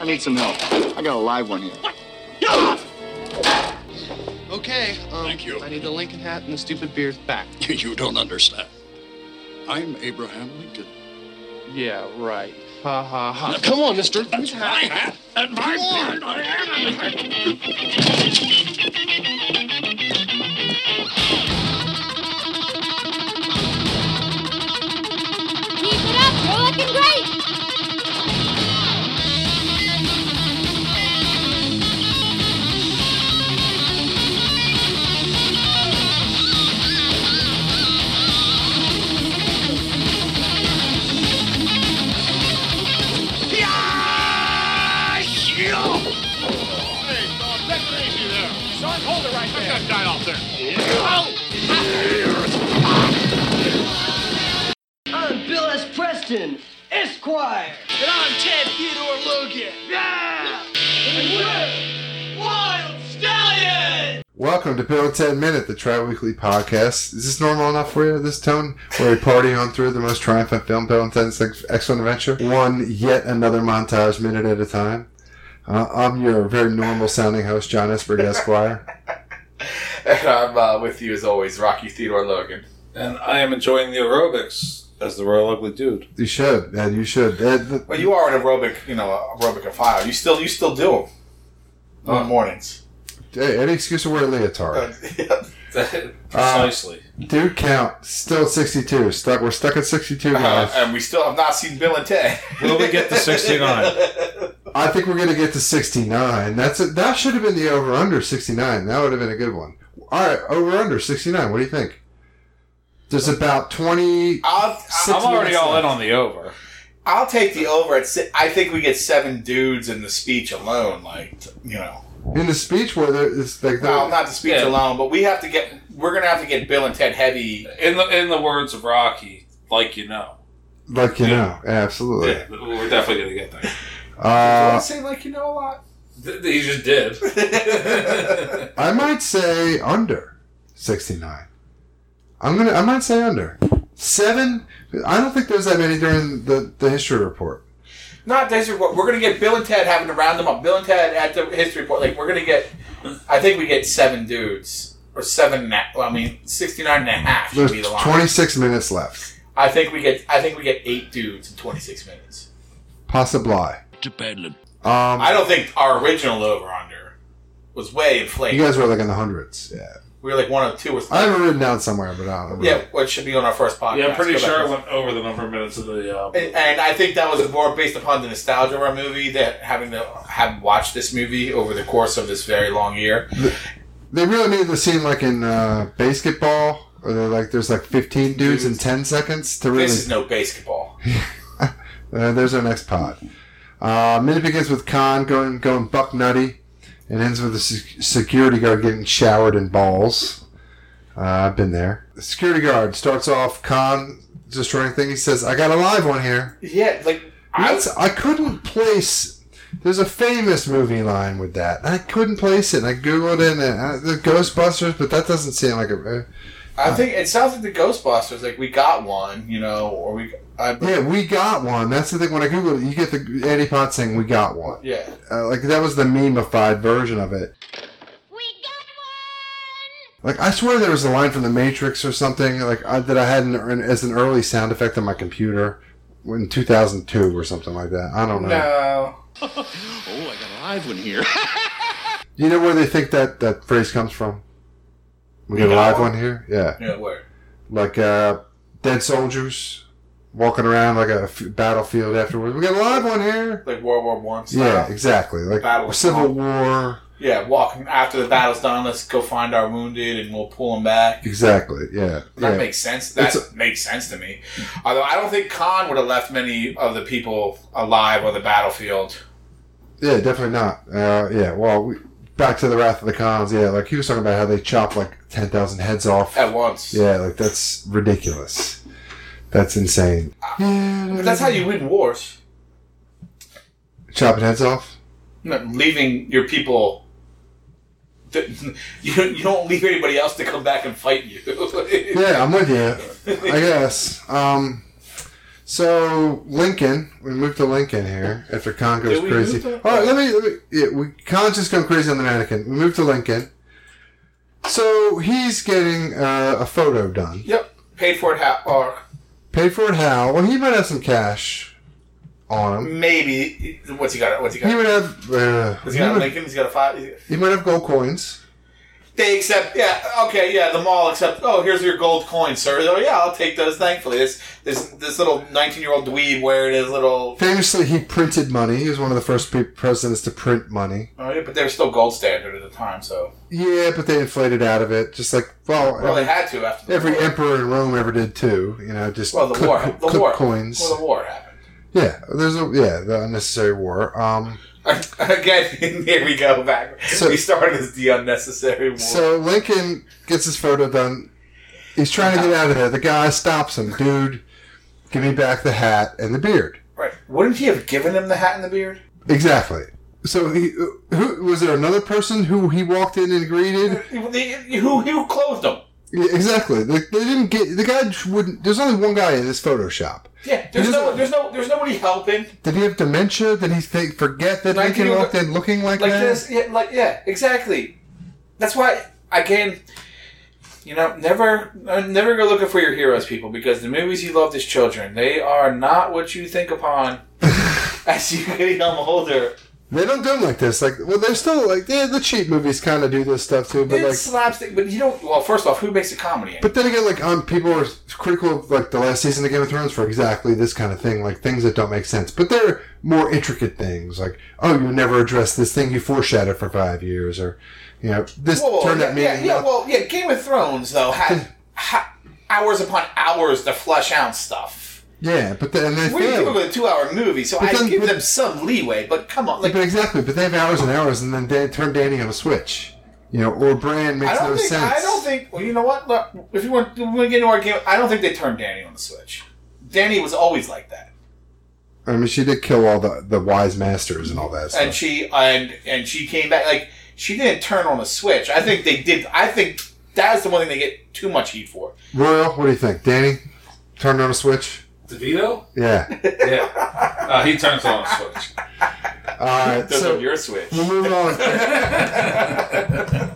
I need some help. I got a live one here. Okay. Um, Thank you. I need the Lincoln hat and the stupid beard back. You don't understand. I'm Abraham Lincoln. Yeah, right. Ha ha ha. Come on, mister. That's my hat and my beard. I am Lincoln. Keep it up. You're looking great. I'm Bill S. Preston, Esquire. And I'm Ted Theodore Logan. Yeah! And we're Wild Stallion! Welcome to Bill and Ted Minute, the Tri Weekly podcast. Is this normal enough for you, this tone? Where we party on through the most triumphant film, Bill and Ted's Ex- Excellent Adventure, one yet another montage, minute at a time. Uh, I'm your very normal sounding host, John Esberg Esquire. And I'm uh, with you as always, Rocky Theodore Logan. And I am enjoying the aerobics as the Royal Ugly Dude. You should, yeah, you should. Uh, th- Well, you are an aerobic, you know, aerobic file. You still, you still do them on mornings. hey, any excuse to wear a Uh, leotard. Precisely. Dude count, still 62. Stuck, we're stuck at 62, Uh, guys. and we still have not seen Bill and Ted. Will we get to 69? I think we're gonna get to sixty nine. That's a, that should have been the over under sixty nine. That would have been a good one. All right, over under sixty nine. What do you think? There's about twenty. I'll, Six- I'll, I'm already all in on the over. I'll take the over. At si- I think we get seven dudes in the speech alone. Like, t- you know, In the speech where there is like the, well, not the speech Yeah. alone, but we have to get. We're gonna have to get Bill and Ted heavy. In the in the words of Rocky, like you know. like you Yeah. know absolutely. Yeah, we're definitely going to get there. I Uh, say like you know a lot. Th- He just did. I might say under sixty nine. I'm gonna. I might say under seven. I don't think there's that many during the the history report. Not this report. We're gonna get Bill and Ted having to round them up. Bill and Ted at the history report. Like we're gonna get. I think we get seven dudes or seven. And a, well, I mean, 69 and a half should There's be the line. twenty six minutes left. I think we get. I think we get eight dudes in twenty six minutes. Possibly. Um, I don't think our original over under was way inflated. you guys were like in the hundreds. Yeah. we were like one of two or three. I have it written down somewhere, but I don't know. yeah, what should be on our first podcast. Yeah, I'm pretty Go back sure it and- went over the number of minutes of the. Uh, And, and I think that was more based upon the nostalgia of our movie that having to have watched this movie over the course of this very long year. They really made the scene like in uh, basketball, or they're like there's like 15 dudes in 10 seconds to really. This is no basketball. uh, there's our next pod. Uh, minute begins with Khan going going buck nutty, and ends with a se- security guard getting showered in balls. Uh, I've been there. The security guard starts off Khan destroying thing. He says, "I got a live one here." Yeah, like I, That's, I couldn't place. There's a famous movie line with that. I couldn't place it. And I googled it. And uh, the Ghostbusters, but that doesn't seem like a. uh, I think it sounds like the Ghostbusters. Like we got one, you know, or we. I, Yeah, we got one. That's the thing. When I googled it, you get the Andy Pot saying "We got one." yeah. Uh, like that was the memeified version of it. We got one. Like I swear there was a line from The Matrix or something like I, that I had an, an, as an early sound effect on my computer in 2002 or something like that. I don't know. No. Oh, I got a live one here. You know where they think that that phrase comes from? We got a got live one? one here. Yeah. Yeah, where? like uh, dead soldiers walking around like a f- battlefield afterwards. We got a live one here. Like World War One Yeah, style. exactly. Like Battle Civil song. War. Yeah, walking after the battle's done, let's go find our wounded and we'll pull them back. Exactly. Yeah. That yeah. makes sense. That It's makes sense to me. Although I don't think Khan would have left many of the people alive on the battlefield. yeah, definitely not. Uh, yeah. Well, we, back to the Wrath of the Khans. Yeah, like he was talking about how they chop like ten thousand heads off. at once. Yeah, like that's ridiculous. That's insane. Yeah, But that's how you win wars. chopping heads off. No, leaving your people. You, you don't leave anybody else to come back and fight you. Yeah, I'm with you. I guess. Um, So Lincoln, we moved to Lincoln here after Con goes Did we crazy. move to- All right, let me. Let me yeah, we Con's just going crazy on the mannequin. We moved to Lincoln. So he's getting uh, a photo done. Yep. Paid for it how? Or Paid for it how? Well, he might have some cash on him. maybe what's he got? What's he got? He would have. Uh, He's he, got a would, Lincoln. He's got a five. he's got- he might have gold coins. They accept. Yeah. Okay. Yeah. The mall accepts. Oh, here's your gold coin, sir. Oh, yeah. I'll take those. Thankfully, this this this little 19 year old dweeb wearing his little. Famously, he printed money. He was one of the first pe- presidents to print money. Oh, yeah, but they were still gold standard at the time, so Yeah, but they inflated out of it, just like well, well they had to after the every war. emperor in Rome ever did too. You know, just Well, the clip, war. The clip war. coins. Well, the war happened. Yeah, there's a yeah the unnecessary war. Um, Again, here we go back. So- we started as the unnecessary war. so Lincoln gets his photo done. He's trying to get out of there. The guy stops him, dude. Give me back the hat and the beard. right. Wouldn't he have given him the hat and the beard? Exactly. So he, who was there another person who he walked in and greeted? Who who, who clothed him? Yeah, exactly. They, they didn't get the guy wouldn't. There's only one guy in this Photoshop. Yeah. There's He no. doesn't- There's no. There's nobody helping. Did he have dementia? Did he think forget that Like Lincoln he was- walked in looking like, like that? this yeah, like yeah exactly that's why again you know never uh, never go looking for your heroes people because the movies you loved as children they are not what you think upon as you become older They don't do them like this. Like, well, they're still like yeah, the cheap movies kind of do this stuff too. But it's like, slapstick but you don't well first off who makes a comedy but then again, like, um, people are critical of like the last season of Game of Thrones for exactly this kind of thing, like things that don't make sense. But they're more intricate things, like oh, you never addressed this thing you foreshadowed for five years, or you know, this Whoa, turned yeah, out yeah, meaning yeah, nothing. well yeah Game of Thrones though had, ha hours upon hours to flush out stuff yeah, but then and they we're fail. dealing with a two hour movie so But I then- give but- them some leeway but come on like but exactly, but they have hours and hours, and then they turn Danny on a switch, you know, or Bran makes I don't no think. sense. I don't think. Well, you know what? Look, if you want, if we want to get into our game, I don't think they turned Danny on the switch. Danny was always like that, I mean, she did kill all the the wise masters and all that. Stuff. and she and and she came back. Like she didn't turn on the switch. I think they did. I think that's the one thing they get too much heat for. Royal, what do you think? Danny turned on a switch. DeVito? Yeah. Yeah. Uh, he turns on a switch. All right. Those so are your switch. we're moving on.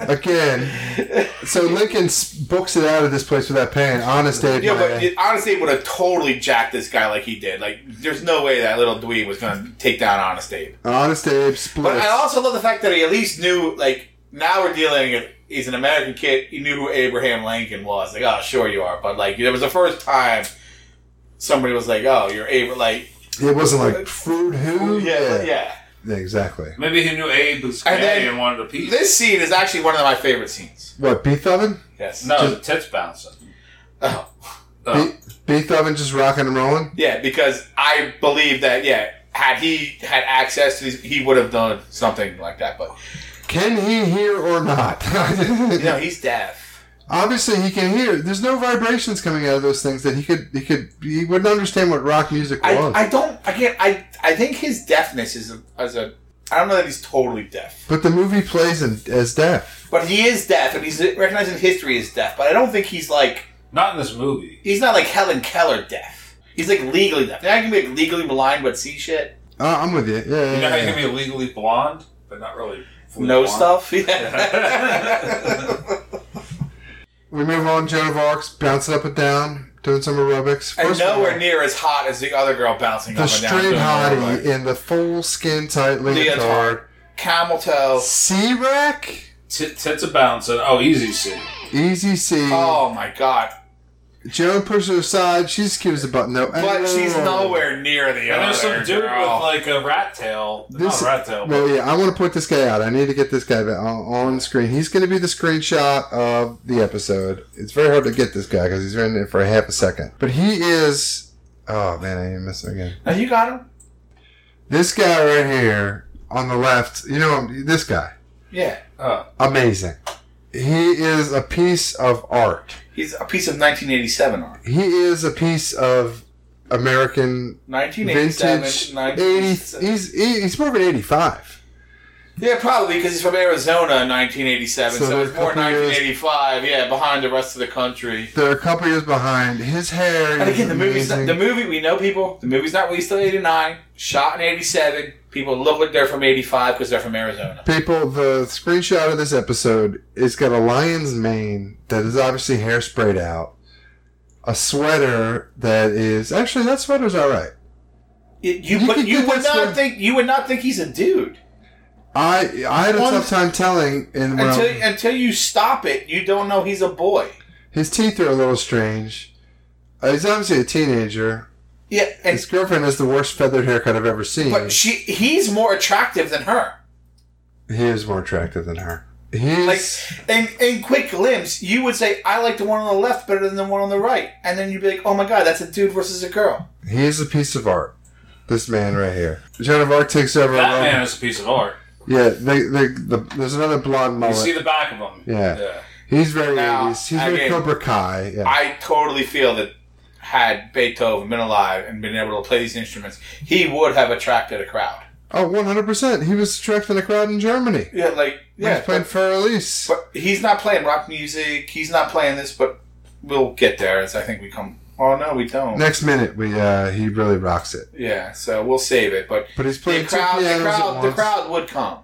Again, so Lincoln s- books it out of this place without paying. Honest Dave. Yeah, my- but it, honestly, it would have totally jacked this guy like he did. Like, there's no way that little dweeb was going to take down Honest Abe. Honest Dave But splits. I also love the fact that he at least knew, like, now we're dealing with, he's an American kid, he knew who Abraham Lincoln was. Like, oh, sure you are. But, like, there was the first time somebody was like, oh, you're Abraham, like, it wasn't like food who. yeah, yeah, Yeah, Exactly. Maybe he knew Abe was And gay then- and wanted a piece. This scene is actually one of my favorite scenes. What beef oven? Yes. no, the tits bouncing. Oh. Oh. Be- beef oven just rocking and rolling. Yeah, because I believe that, yeah, had he had access to these, he would have done something like that. But, Can he hear or not? you know, he's deaf. Obviously, he can hear. There's no vibrations coming out of those things that he could. He could. He wouldn't understand what rock music I, was. I don't, again, I, I think his deafness is a, is a, I don't know that he's totally deaf. But the movie plays in, as deaf. But he is deaf, and he's recognized in history as deaf. But I don't think he's like Not in this movie. he's not like Helen Keller deaf. He's like legally deaf. Now you can be like legally blind but see shit, Oh, I'm with you. Yeah, yeah, You know how yeah. you can be legally blonde, but not really. fully know blonde? stuff. Yeah. We move on. Joan of Arc's bouncing up and down, doing some aerobics. and First of all, nowhere near as hot as the other girl bouncing the up and down. straight doing hottie aerobics. in the full skin tight leotard. Leotard. camel toe. C rack, Tit- tits a bouncing. Oh, easy C. easy C. Oh my god! Joan pushes her aside. She's cute as a button though. But Oh. she's nowhere near the And other there's some dude girl. with like a rat tail. This- not rat tail. Well, But yeah, I want to point this guy out. I need to get this guy back on, on screen. He's going to be the screenshot of the episode. It's very hard to get this guy because he's been in it for a half a second. But he is. Oh man, I didn't miss him again. now you got him. This guy right here on the left. You know him, this guy. Yeah. oh, Amazing. He is a piece of art. He's a piece of 1987 art. He is a piece of American 1987. vintage. 80, 1987. he's he's more of an eighty-five. Yeah, probably because he's from Arizona in 1987, So so, there's it's more a couple years- 1985. Yeah, behind the rest of the country. They're a couple years behind. His hair. And is again, the movie's not, amazing. the movie we know people. The movie's not released till '89, shot in '87. People look like they're from '85 because they're from Arizona. People, the screenshot of this episode is got a lion's mane that is obviously hair sprayed out, a sweater that is actually that sweater's all right. It- you You would could you get would this not one- think you would not think he's a dude I I had a One- tough time telling, and when until I- until you stop it. You don't know he's a boy. his teeth are a little strange. Uh, he's obviously a teenager. Yeah, and His girlfriend has the worst feathered haircut I've ever seen. but she he's more attractive than her. he is more attractive than her. He is. Like in in quick glimpse, you would say I like the one on the left better than the one on the right, and then you'd be like, oh my god, that's a dude versus a girl. He is a piece of art. This man right here. Joan of Arc takes over. That Rome. man is a piece of art. Yeah, they, they, the, there's another blonde You mullet. see the back of him. yeah. he's very Now, 80s. He's very again, Cobra Kai. Yeah. I totally feel that had Beethoven been alive and been able to play these instruments, he would have attracted a crowd. oh, 100%. He was attracting a crowd in Germany. Yeah, like Yeah, yeah, he's playing but, for Elise. but he's not playing rock music. He's not playing this, but we'll get there as I think we come. Oh no, we don't. Next minute, we uh, he really rocks it. Yeah, so we'll save it. But But he's the playing two crowd, the pianos at crowd, the once. crowd would come.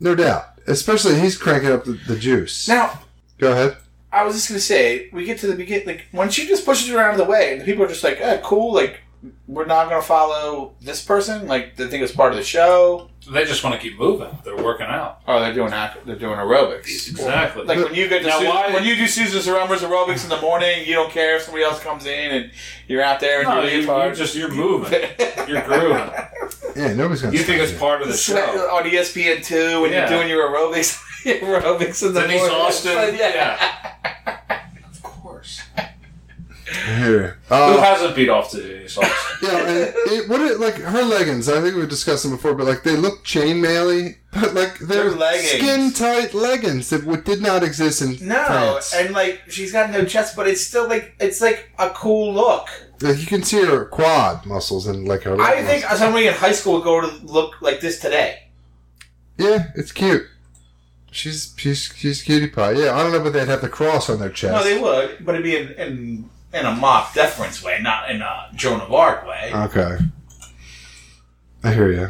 No doubt. Especially he's cranking up the, the juice. Now, Go ahead. I was just gonna say, we get to the beginning. Like when she just pushes her out of the way, and the people are just like, eh, "Cool, like we're not gonna follow this person." Like they think it's part of the show. They just want to keep moving. They're working out. Oh, they're doing ac- they're doing aerobics. Exactly. Like when you get to Now, Su- why- when you do Susan Sarandon's aerobics in the morning, you don't care if somebody else comes in and you're out there and no, you're you, you're leotard. just you're moving. You're grooving. Yeah, nobody's going to You think it's part of the Sweat show? on E ESPN two when Yeah. you're doing your aerobics, aerobics in the Denise morning. Austin. Like, yeah. Of course. Here. Who Uh, hasn't beat off to Denise Austin? Yeah, and it, what it, like her leggings? I think we discussed them before, but like they look chainmaily, but like they're, They're leggings. skin tight leggings that w- did not exist in No, France. and like she's got no chest, but it's still like it's like a cool look. Like, you can see her quad muscles and like her. I leg think somebody in high school would go to look like this today. muscles. Yeah, it's cute. She's she's she's cutie pie. Yeah, I don't know, but they'd have the cross on their chest. No, they would, but it'd be in in, in a mock deference way, not in a Joan of Arc way. okay. I hear you.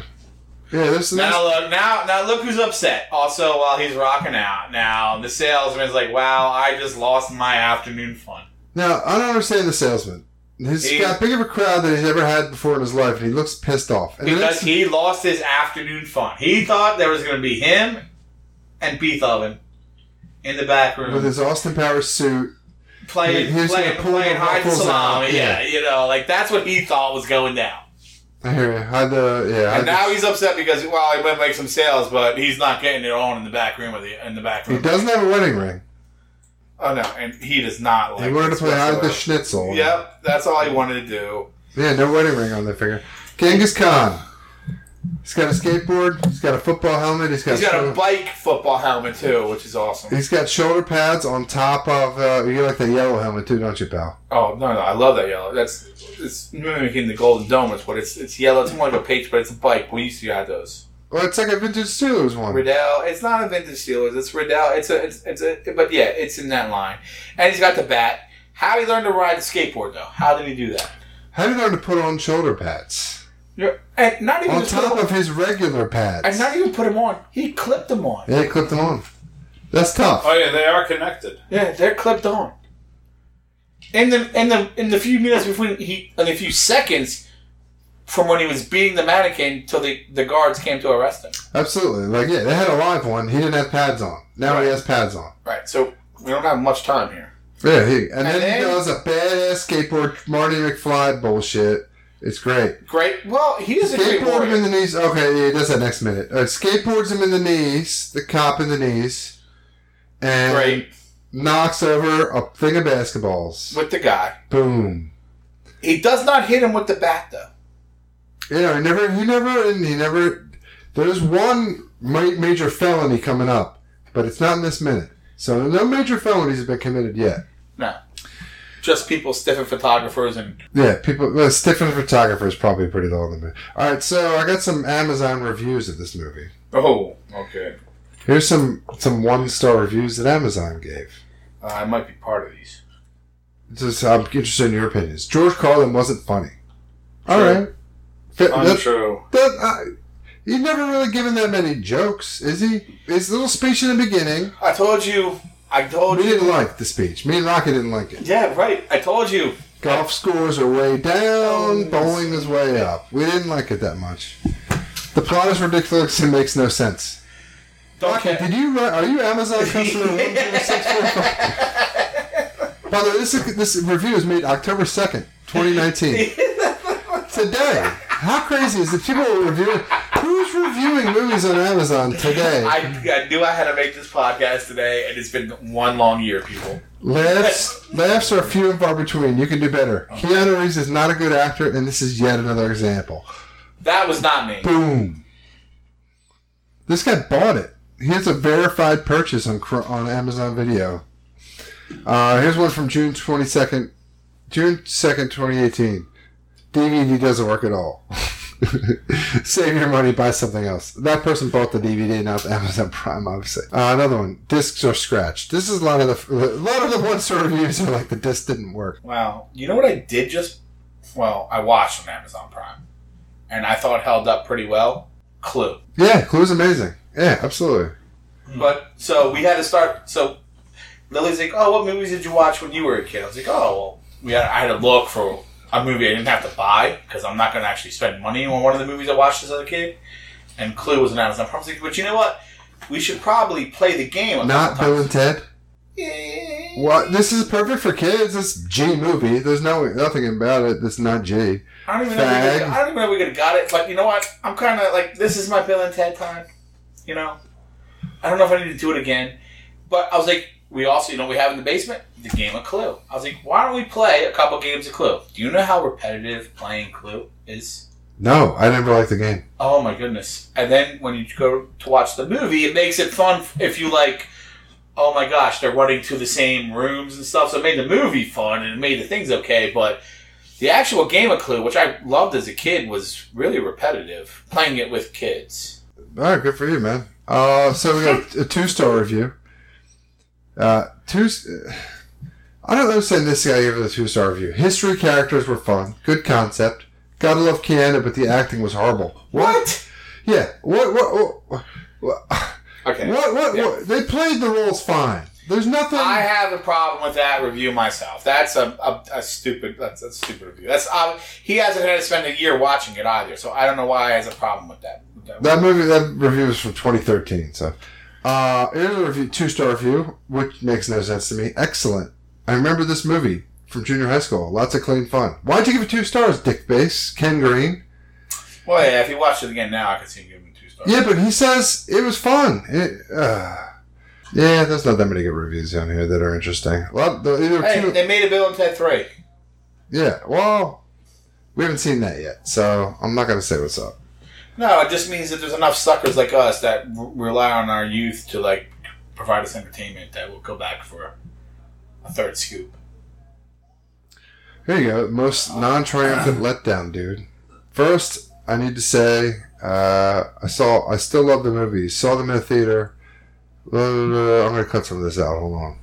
Yeah, there's Now there's- look, now now look who's upset. Also, while he's rocking out, now the salesman's like, "Wow, I just lost my afternoon fun." now I don't understand the salesman. He's He- got big of a crowd that he's ever had before in his life, and he looks pissed off. And the Because next- he lost his afternoon fun. He thought there was going to be him and Beethoven in the back room with his Austin Powers suit. playing he was playing gonna pull playing the hide and ruffles salami. out, Yeah. yeah. you know, like that's what he thought was going down. I hear you. Hide the yeah. hide And the- now he's upset because well, he might make some sales, but he's not getting it on in the back room of the in the back room. he doesn't have a wedding ring. Oh no, and Oh, he does not like. He wanted to this play hide the whatsoever. schnitzel. Yep, that's all he wanted to do. Yeah, no wedding ring on their finger. Genghis Khan. He's got a skateboard. He's got a football helmet. He's got. He's got a shoulder- bike football helmet too, which is awesome. He's got shoulder pads on top of. Uh, you like the yellow helmet too, don't you, pal? Oh no, no, I love that yellow. That's it's mimicking the Golden Dome. It's what it's it's yellow. It's more like a page, but it's a bike. We used to have those. Well, it's like a vintage Steelers one. Riddell. It's not a vintage Steelers. It's Riddell. It's a it's, it's a but yeah, it's in that line. And he's got the bat. How he learned to ride the skateboard though? How did he do that? How did he learn to put on shoulder pads You're- And not even on just put top them- of his regular pads? and not even put him on. He clipped them on. yeah, he clipped them on. That's tough. Oh yeah, they are connected. Yeah, they're clipped on. In the in the in the few minutes between he in the few seconds from when he was beating the mannequin till the, the guards came to arrest him. Absolutely. Like yeah, they had a live one. He didn't have pads on. Now he has pads on. Right, so we don't have much time here. Yeah, he, and, then, then- he does a badass skateboard Marty McFly bullshit. It's great. Great. Well, he is a Skateboard great him in warrior. the knees. Okay, yeah, he does that next minute. Uh, skateboards him in the knees, the cop in the knees, and Great knocks over a thing of basketballs. with the guy. Boom. He does not hit him with the bat though. You know, he never, he never, and he never. There's one ma- major felony coming up, but it's not in this minute. So no major felonies have been committed yet. No. just people stiffing photographers and Yeah, people. Well, Stiffen Photographer is probably pretty low on the movie. All right, so I got some Amazon reviews of this movie. oh, okay. Here's some some one star reviews that Amazon gave. Uh, I might be part of these. Just, I'm interested in your opinions. George Carlin wasn't funny. All True. right. Fit- that- Untrue. that- I- he's never really given that many jokes, is he? His little speech in the beginning. I told you. I told We didn't you. like the speech. Me and Rocky didn't like it. Yeah, right. I told you. Golf scores are way down, bowling is way up. We didn't like it that much. The plot is ridiculous and makes no sense. Don't Okay, care. did you write, are you Amazon customer one zero six four five? By the way, this is, this review is made October second, twenty nineteen. Today, how crazy is that? People are reviewing. Who's reviewing movies on Amazon today? I, I knew I had to make this podcast today, and it's been one long year, people. Laughs, laughs are few and far between. You can do better. Keanu Reeves is not a good actor, and this is yet another example. That was not me. Boom. This guy bought it. He has a verified purchase on Cro- on Amazon Video. Uh, here's one from June twenty second, June second, twenty eighteen. DVD doesn't work at all. Save your money, buy something else. That person bought the DVD, not the Amazon Prime, obviously. Uh, another one: discs are scratched. This is a lot of the a lot of the one star reviews are like the disc didn't work. Wow. You know what I did just? Well, I watched on Amazon Prime, and I thought it held up pretty well. Clue. Yeah, Clue's amazing. Yeah, absolutely. But so we had to start. So Lily's like, "Oh, what movies did you watch when you were a kid?" I was like, "Oh, well, we had, I had to look for a movie I didn't have to buy because I'm not going to actually spend money on one of the movies I watched as a kid." And Clue was an Amazon Prime. I was like, but you know what? We should probably play the game. A Not couple Bill times. and Ted. What? This is perfect for kids. It's G movie. There's no nothing about it that's not G. I don't even know. If we could, Fag. I don't even know if we could have got it. But you know what? I'm kind of like this is my Bill and Ted time. You know, I don't know if I need to do it again. But I was like, we also, you know, we have in the basement the game of Clue. I was like, why don't we play a couple games of Clue? Do you know how repetitive playing Clue is? No, I never liked the game. Oh my goodness! And then when you go to watch the movie, it makes it fun if you like. Oh my gosh, they're running to the same rooms and stuff. So it made the movie fun and it made the things okay. But the actual game of Clue, which I loved as a kid, was really repetitive. Playing it with kids. All right, good for you, man. Uh, so we got a two star review. Uh, two. s- I don't understand this guy gave it a two star review. History characters were fun. Good concept. Gotta love Keanu, but the acting was horrible. What? Yeah. What? What? What? What? Okay. What? what, Yeah. what? They played the roles fine. There's nothing. I have a problem with that review myself. That's a, a, a stupid. That's a stupid review. That's uh, he hasn't had to spend a year watching it either. So I don't know why he has a problem with that. That movie, that review was from 2013. So, uh, here's a review, two star review, which makes no sense to me. Excellent. I remember this movie from junior high school. Lots of clean fun. Why'd you give it two stars, Dick Base, Ken Green? Well, yeah. If you watched it again now, I could see him giving it two stars. Yeah, but he says it was fun. It, uh, yeah, there's not that many good reviews down here that are interesting. Well, the, either Hey, two, they made a Bill and Ted three. yeah, well, we haven't seen that yet, so I'm not going to say what's up. No, it just means that there's enough suckers like us that r- rely on our youth to like provide us entertainment that will go back for a third scoop. Here you go. Most non triumphant letdown, dude. First, I need to say uh, I saw. I still love the movie. Saw them in a theater. Blah, blah, blah. I'm gonna cut some of this out. Hold on.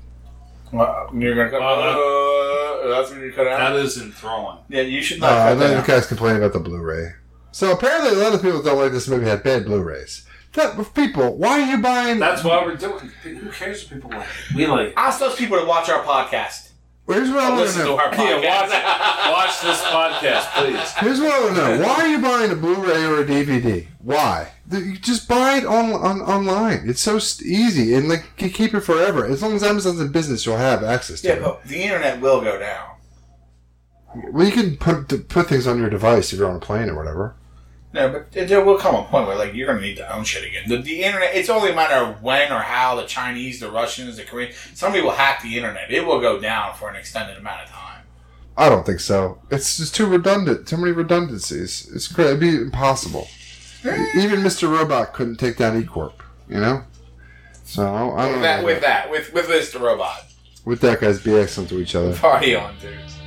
Well, you're gonna cut. Uh, that's when you cut it out. That is enthralling. Yeah, you should No, not. Uh, I cut know you that out. guys complain about the Blu-ray. So apparently, a lot of people that don't like this movie. Had bad Blu-rays. That, people, why are you buying? That's why we're doing. Who cares if people like? it? We like. it. Ask those people to watch our podcast. Here's what I want to Listen to know. our podcast. Yeah, watch, watch this podcast, please. Here's what I want to know. Why are you buying a Blu-ray or a DVD? Why? The- You just buy it on, on online. It's so st- easy, and like you keep it forever. As long as Amazon's in business, you'll have access to yeah, it. but the internet will go down. Well, you can put to put things on your device if you're on a plane or whatever. No, but uh, there will come a point where like you're gonna need to own shit again. The, the internet. It's only a matter of when or how the Chinese, the Russians, the Koreans, somebody will hack the internet. It will go down for an extended amount of time. I don't think so. It's just too redundant. Too many redundancies. It's cra- it'd be impossible. E-, Even Mr. Robot couldn't take down E Corp. You know. So I don't With know. that, with that, with with Mr. Robot. With that, guys, be excellent to each other. Party on, dudes.